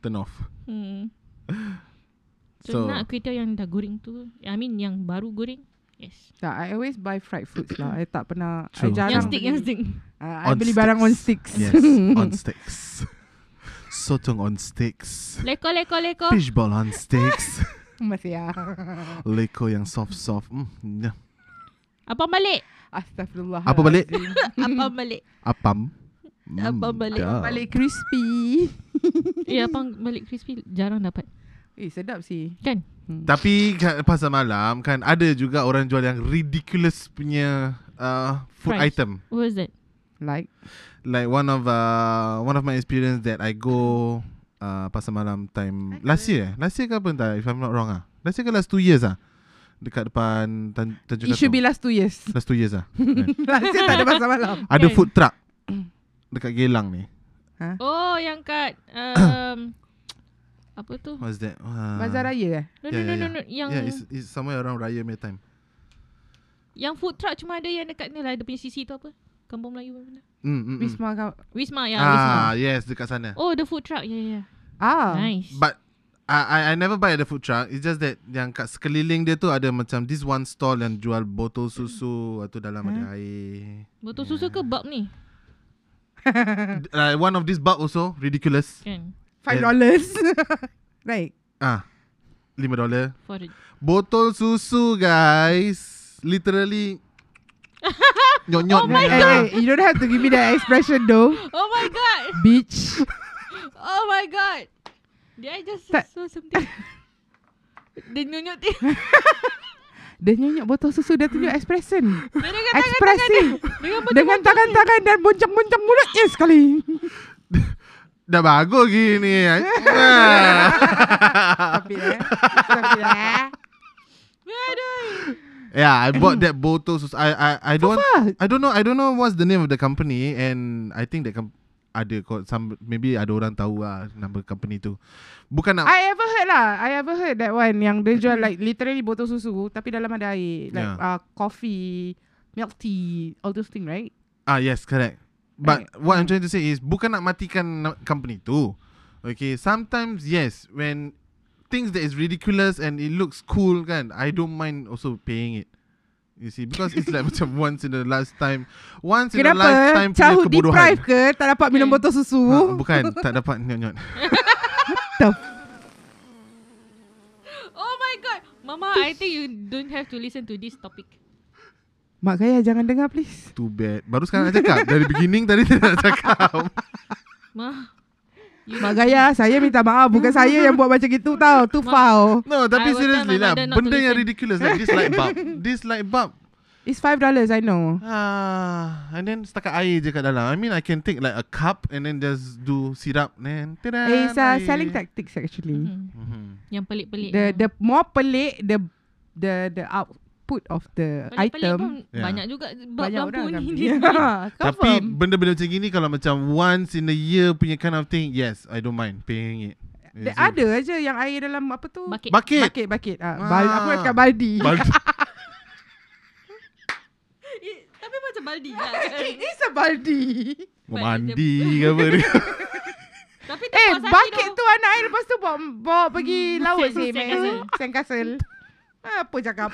Turn off.
Hmm.
So-
So, nak kuih tiaw yang dah goreng tu I mean yang baru goreng Yes
Tak, I always buy fried foods lah. I tak pernah.
True.
I jarang
Yang stick
beli.
Yang stick
Uh, I
On
beli barang on sticks.
Yes. on sticks. Sotong on sticks.
Leko leko leko
Fishball on sticks.
Masih ya.
Leko yang soft-soft. Mm. nyam.
Apa balik
Astagfirullah.
Apa balik?
Apa balik
Apam. Mm,
Apam balik.
dah.
Balik crispy.
Ya apa balik crispy Jarang dapat
Eh, sedap sih.
Kan
Tapi kat pasar malam kan ada juga orang jual yang ridiculous punya uh, food
Price.
item.
What was that
Like,
Like one of uh, one of my experience that I go uh, pasar malam time last year. eh? Last year ke apa entah if I'm not wrong ah. Last year ke last two years ah. Dekat depan Tan- Tanjung
it should be last two years.
last two years ah. Kan.
last year tak ada pasar malam.
ada
Kan.
food truck
Mm.
dekat Geylang ni.
Oh yang kat um, Apa tu
What's that? Uh,
Bazar Raya eh?
No no
Yeah,
no
yeah,
no, no. Yang
Yeah, it's, it's somewhere around Raya May time.
Yang food truck cuma ada yang dekat ni lah Dia punya sisi tu apa Kampung Melayu apa benda
Mm, mm, mm.
Wisma kau.
Wisma ya Wisma
ah, yes, dekat sana.
Oh the food truck Yeah yeah
Ah.
Nice
But I, I I never buy at the food truck. It's just that yang kat sekeliling dia tu ada macam this one stall yang jual botol
Mm.
susu, atau dalam ada air.
Botol susu ke bab ni Hmm.
D- Like one of this bulk also ridiculous.
Kan
Five dollars. right.
Ah. Lima dollar.
For the
Botol susu guys. Literally nyok nyok.
Oh my
Hey, hey, you don't have to give me that expression though,
Oh my god
bitch.
Oh my god. Did I just
Tak.
saw something? Dia nyonyot dia.
Dia nyonya botol susu dia tunjuk expression.
Dia dengan
Ekspresif.
dengan
Dengan tangan-tangan dan boncang-boncang mulutnya sekali.
Dah bagus gini. eh.
Tapi eh. Tapi eh.
Aduh.
yeah, I bought that botol susu. I I I don't
fuck?
I don't know I don't know what's the name of the company and I think that com- ada kot some maybe ada orang tahu lah nama company tu. Bukan nak
I ever heard lah I ever heard that one Yang dia jual like Literally botol susu Tapi dalam ada air Like
Mm-hmm. Yeah.
uh, coffee Milk tea All those things right
Ah yes, correct. But
Right.
what I'm trying to say is bukan nak matikan na- company tu. Okay, sometimes yes, when things that is ridiculous and it looks cool kan, I don't mind also paying it. You see, because it's like macam once in a lifetime, once in a
Kenapa
lifetime punya
Childhood
kebodohan.
deprived ke Tak dapat minum botol susu
Ha, bukan, tak dapat nyot-nyot.
Oh my god. Mama, I think you don't have to listen to this topic.
Mak Gaya jangan dengar please
Too bad. Baru sekarang nak cakap. Dari beginning tadi tidak nak cakap.
Ma. You
Mak Gaya Saya minta maaf Bukan saya yang buat macam itu tau Tu
Mak-
foul
No, tapi
I will tell
seriously
my
lah.
mother not to
Benda yang
listen.
ridiculous like this light bulb. This light bulb.
It's five dollars, I know.
Ah, and then setakat air je kat dalam. I mean I can take like a cup and then just do syrup then. Tada,
It's uh,
air.
selling tactics actually.
Mm-mm.
Mhm.
Yang pelik-pelik
The the more pelik the the the output of the
Pelik-pelik pun
item.
Ya.
Banyak juga Bab
Banyak
lampu
orang
ni
akan
dia.
beli.
Tapi
Confirm.
benda-benda macam gini kalau macam once in a year punya kind of thing, yes, I don't mind paying it.
There
It's-
ada je yang air dalam apa tu?
Bucket
Bucket.
Bucket, bucket. Ah,
Ah.
bal- aku nak cakap baldi.
Bal-
Eh, Tapi macam baldi lah
It is a baldi.
mandi ke apa ni.
Tapi tu
Eh,
puas hati
bucket tu
tau.
anak air lepas tu bawa, bawa pergi laut sih.
Hmm. Sandcastle.
man. Sandcastle. Apa cakap?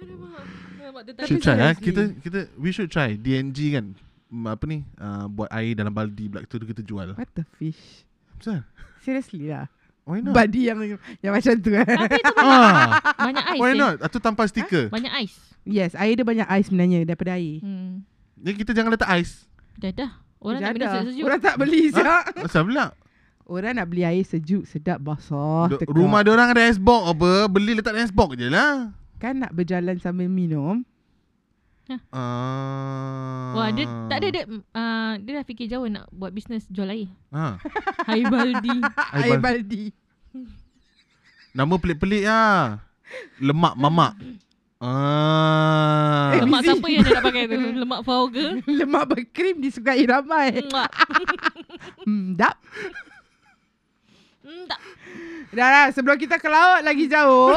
Alamak. Alamak, tertarik.
should try eh.
seriously.
Kita kita we should try DNG kan. Mm, Apa ni? Uh, buat air dalam baldi pula tu kita jual.
What the fish?
Betul.
Seriously lah.
Why not?
Baldi yang yang macam tu eh.
Tapi tu
ah,
banyak ais
why
eh.
not? Atau tanpa stiker.
Banyak ais
Yes, air dia banyak air sebenarnya daripada air.
hmm.
Ni kita jangan letak ais.
Dah dah Orang nak
Jadah.
minum sejuk
Orang tak beli sedap.
Asal pula?
Orang nak beli air sejuk, sedap, basah.
Do-
tegak.
rumah dia orang ada icebox apa, beli letak dalam icebox je lah.
Kan nak berjalan sambil minum.
Ah.
Wah dia tak ada dia, uh, dia dah fikir jauh nak buat bisnes jual air
Ha.
Hai baldi
Air,
Air bal-
baldi.
nama pelik-pelik lah. Lemak mamak. Ah.
Lemak
busy.
siapa yang dia nak pakai tu Lemak fau ke
Lemak berkrim disukai ramai.
Muak.
Hmm, dap.
Hmm, tak
Dah lah, sebelum kita ke laut lagi jauh.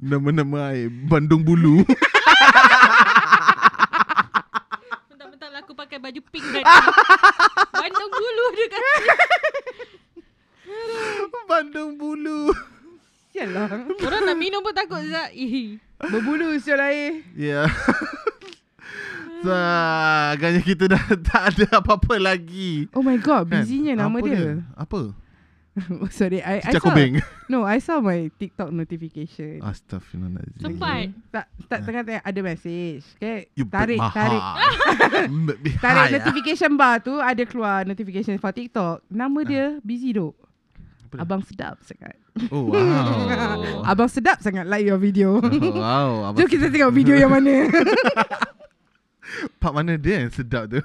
Nama-nama air Bandung Bulu.
Bentar-bentar lah aku pakai baju pink kan Bandung bulu dia kan
Bandung Bulu.
Sialah.
Orang nak minum pun takut Zak Ih.
Berbulu sial air.
Ya. Yeah. so, agaknya kita dah tak ada apa-apa lagi.
Oh my god,
Kan?
busynya nama
apa
dia.
Apa?
Sorry, I, I
Cicak
saw.
Kobeng.
No, I saw my TikTok notification.
Ah. Astaghfirullahaladzim.
Sempat
Tak tak tengah tengah ada message.
Ah.
Okay,
You ah.
tarik tarik
tarik.
tarik notification bar tu ada keluar notification for TikTok. Nama dia busy dok.
Ah. Apa dia?
Abang sedap sangat.
Oh wow.
Abang sedap sangat like your video.
Ah. wow. Abang
Jom kita tengok video yang mana.
Part mana dia yang sedap tu?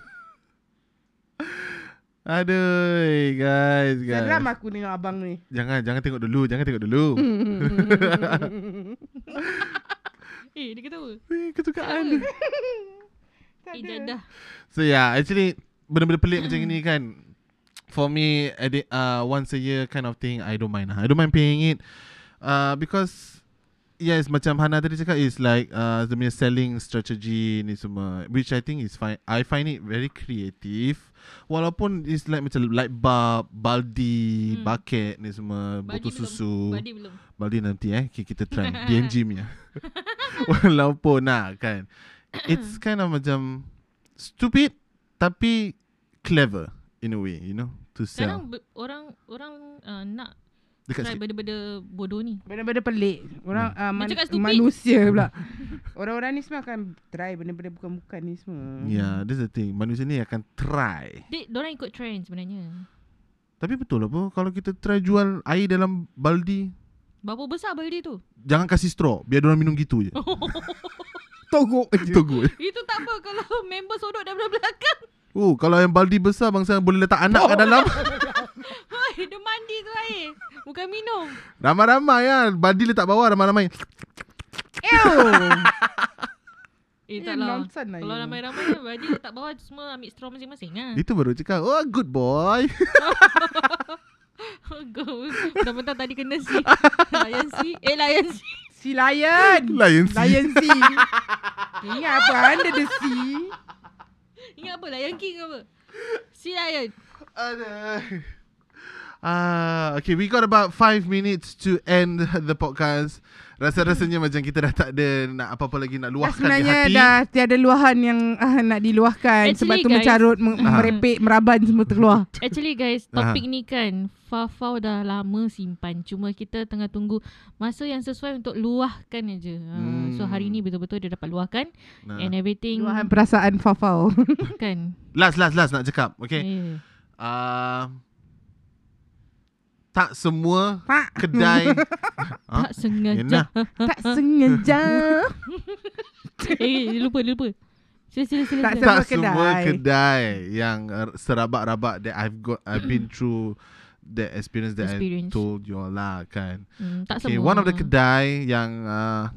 Aduh, guys, guys.
Seram aku tengok abang ni.
Jangan jangan tengok dulu, jangan tengok dulu.
Hmm.
Eh dia ketawa
Weh, ketukaan dia.
Tak
Eh
ada.
dadah
So yeah, actually benda-benda pelik macam ni kan for me at the, uh, once a year kind of thing I don't mind. lah. I don't mind paying it uh, because yes macam Hana tadi cakap is like uh, the punya selling strategy ni semua which I think is fine. I find it very creative. Walaupun it's like macam light bulb, baldi,
Hmm.
bucket ni semua, botol
belum.
susu.
Badi belum
Baldi nanti eh ki- Kita try DNG punya Walaupun lah kan It's kind of macam Stupid Tapi Clever In a way You know To
Sekarang
sell
be- orang orang uh, nak
Dekat
try
sikit
benda-benda bodoh ni
Benda-benda pelik. Orang uh, man-
cakap Hmm. stupid.
manusia pula. Orang-orang ni semua akan try benda-benda bukan-bukan ni semua.
Yeah Ya, That's the thing Manusia ni akan try
Dia orang ikut trend sebenarnya
Tapi betul lah pun Kalau kita try jual Air dalam baldi
Berapa besar baldi tu
Jangan kasih straw Biar diorang minum gitu je
Togok je.
Tunggu
Itu tak apa kalau member sodok daripada belakang
Oh kalau yang baldi besar Bangsa boleh letak anak kat dalam
Hoi dia mandi tu air Bukan minum
Ramai-ramai kan Baldi letak bawah Ramai-ramai
Ew.
Eh
Eh,
tak lah
nonsense lah
Kalau
you. Eh?
ramai-ramai kan Badi letak bawah Semua ambil straw masing-masing lah
Itu baru cakap Oh good boy
Go Bentar-bentar tadi kena si Layan si Eh layan si
Si lion.
Lion C.
Lion C. Ingat apa anda the sea.
Ingat apa layan king ke apa Si layan
Aduh. Ah, okay, we got about five minutes to end the podcast. Rasa-rasanya macam kita dah tak ada nak apa-apa lagi nak
Hmm.
luahkan di
Dah Kan sebenarnya
hati.
dah tiada luahan yang ah, nak diluahkan. Sebab
Actually,
tu
guys.
mencarut, me-
Ah.
merepek, meraban semua terkeluar.
Actually guys Topik ni kan Fafau dah lama simpan Cuma kita tengah tunggu Masa yang sesuai untuk luahkan aja hmm. So
Hmm.
hari ni betul-betul dia dapat luahkan
Nah.
And
Ha.
everything
Luahan perasaan Fafau.
Kan Eh,
Last, last, last nak cakap. Okay.
yeah.
Ah, tak semua
Tak.
kedai
Ha?
Ah,
Tak sengaja.
Yelah.
Tak sengaja.
eh, lupa, lupa. Sila, sila, sila.
Tak
sila.
Semua
tak semua
kedai.
kedai yang uh, serabak-rabak that I've got I've
Hmm.
been through that experience that
Experience.
I told you all lah kan.
Hmm, tak
Okay,
semua.
one of the kedai yang uh,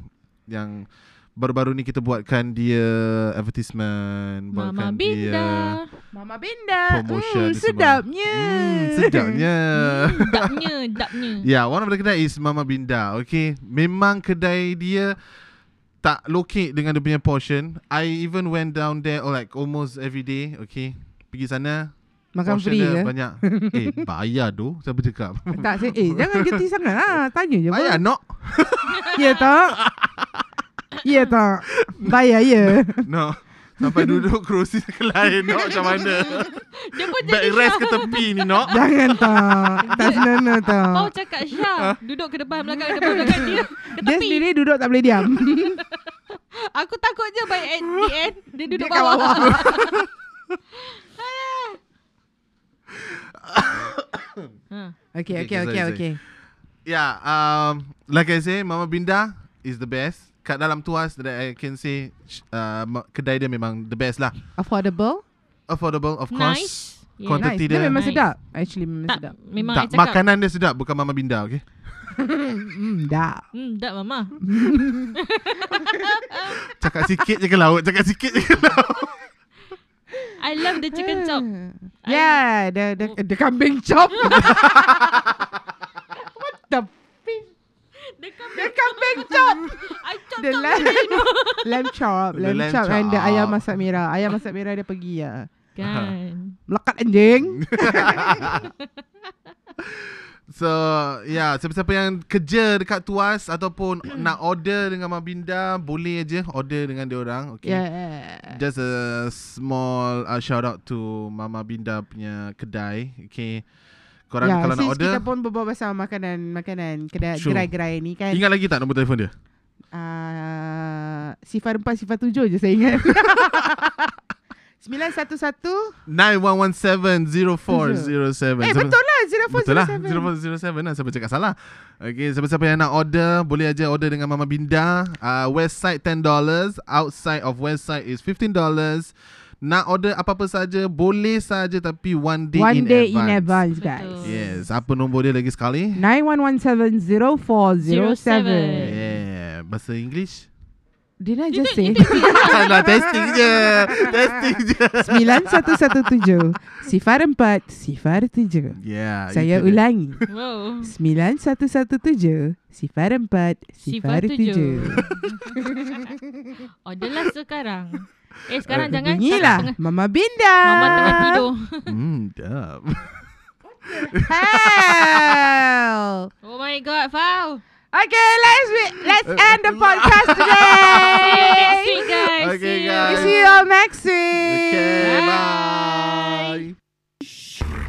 yang baru-baru ni kita buatkan dia advertisement,
Mama
buatkan
Binda.
dia
Mama Binda.
promotion
Mm,
dia semua.
sedapnya.
Hmm, sedapnya.
Hmm, Dapnya, dapnya.
Yeah, one of the kedai is Mama Binda. Okay, memang kedai dia tak locate dengan dia punya portion. I even went down there or like almost every day. Okay, pergi sana.
Makan
portion
free
dia
ke?
Banyak. eh, bayar tu. Siapa cakap?
Tak, saya, eh jangan getih sangat lah. Tanya je.
Bayar
pun.
no?
Ya tak? Ya tak? Bayar ya.
No. Sampai duduk kerusi lain no macam mana?
Dia pun jadi
Backrest ke tepi ni no?
Jangan tak. Tak senang
Kau
tak.
cakap
Ah.
Syah Duduk ke depan belakang Ke depan belakang dia Ke
Dia
tepi
sendiri duduk tak boleh diam.
Aku takut je By at the end Dia duduk
Dia kat
bawah,
bawah.
ha.
Okay,
Okay, okay,
okay,
okay,
sorry,
okay.
Yeah, um, like I say, Mama Binda is the best. Kat dalam tuas that I can say, sh- uh, ma- kedai dia memang the best lah.
Affordable.
Affordable, of course.
Nice yeah.
Quanti-
Nice.
Quantity
Dia
dia-
memang
Nice.
sedap. Actually memang
Tak
sedap.
Memang I
tak,
cakap
makanan dia sedap bukan Mama Binda, okay?
Hmm, dah.
Hmm tak mama
Cakap sikit je ke laut, cakap sikit je ke laut.
I love the chicken chop
Ah. Yeah, the the
Oh.
the kambing chop. What the fish?
The
The
kambing
kambing chop.
I chop
The
chop
lamb, lamb chop,
The
lamb
lamb
chop and the
chop.
ayam masak merah. Ayam masak merah dia pergi ya.
Kan
Melekat anjing.
So, yeah, siapa-siapa yang kerja dekat tuas ataupun nak order dengan Mama Binda, boleh je order dengan dia orang, okay?
Ya, Yeah.
Just a small uh, shout out to Mama Binda punya kedai, okay? Korang yeah,
Ya,
kalau nak
since
order,
kita pun berbual pasal makanan-makanan kedai
Sure.
gerai-gerai ni kan.
ingat lagi tak nombor telefon dia?
Ah, sifar empat, sifar tujuh je saya ingat.
9117-0407
911 Eh betul lah
Betul
0407
lah 0407 lah Siapa cakap salah Okay Siapa-siapa yang nak order Boleh aja order dengan Mama Binda uh, West side $10 Outside of west side is $15 Nak order apa-apa saja Boleh saja Tapi one day, in,
One day
advance.
in advance
Betul.
guys
Yes Apa nombor dia lagi sekali?
91170407
Yeah Bahasa English
Did I just say
Itu- itu- itu-
Nah Ah, testing je Testing je
9117 Sifar 4 Sifar 7
Yeah Ah,
Saya
itu dia.
ulangi
Wow
9117 Sifar 4 Sifar
Sifar
7
Orderlah sekarang Eh sekarang jangan
Inilah
Kakak tengah-
Mama Binda
Mama tengah tidur
Hmm dah
Hell
Oh my god Fau
Okay let's re- Let's end the podcast
See you next
today
week guys
Okay,
See you.
guys.
See you all next week
Okay
Bye.
bye.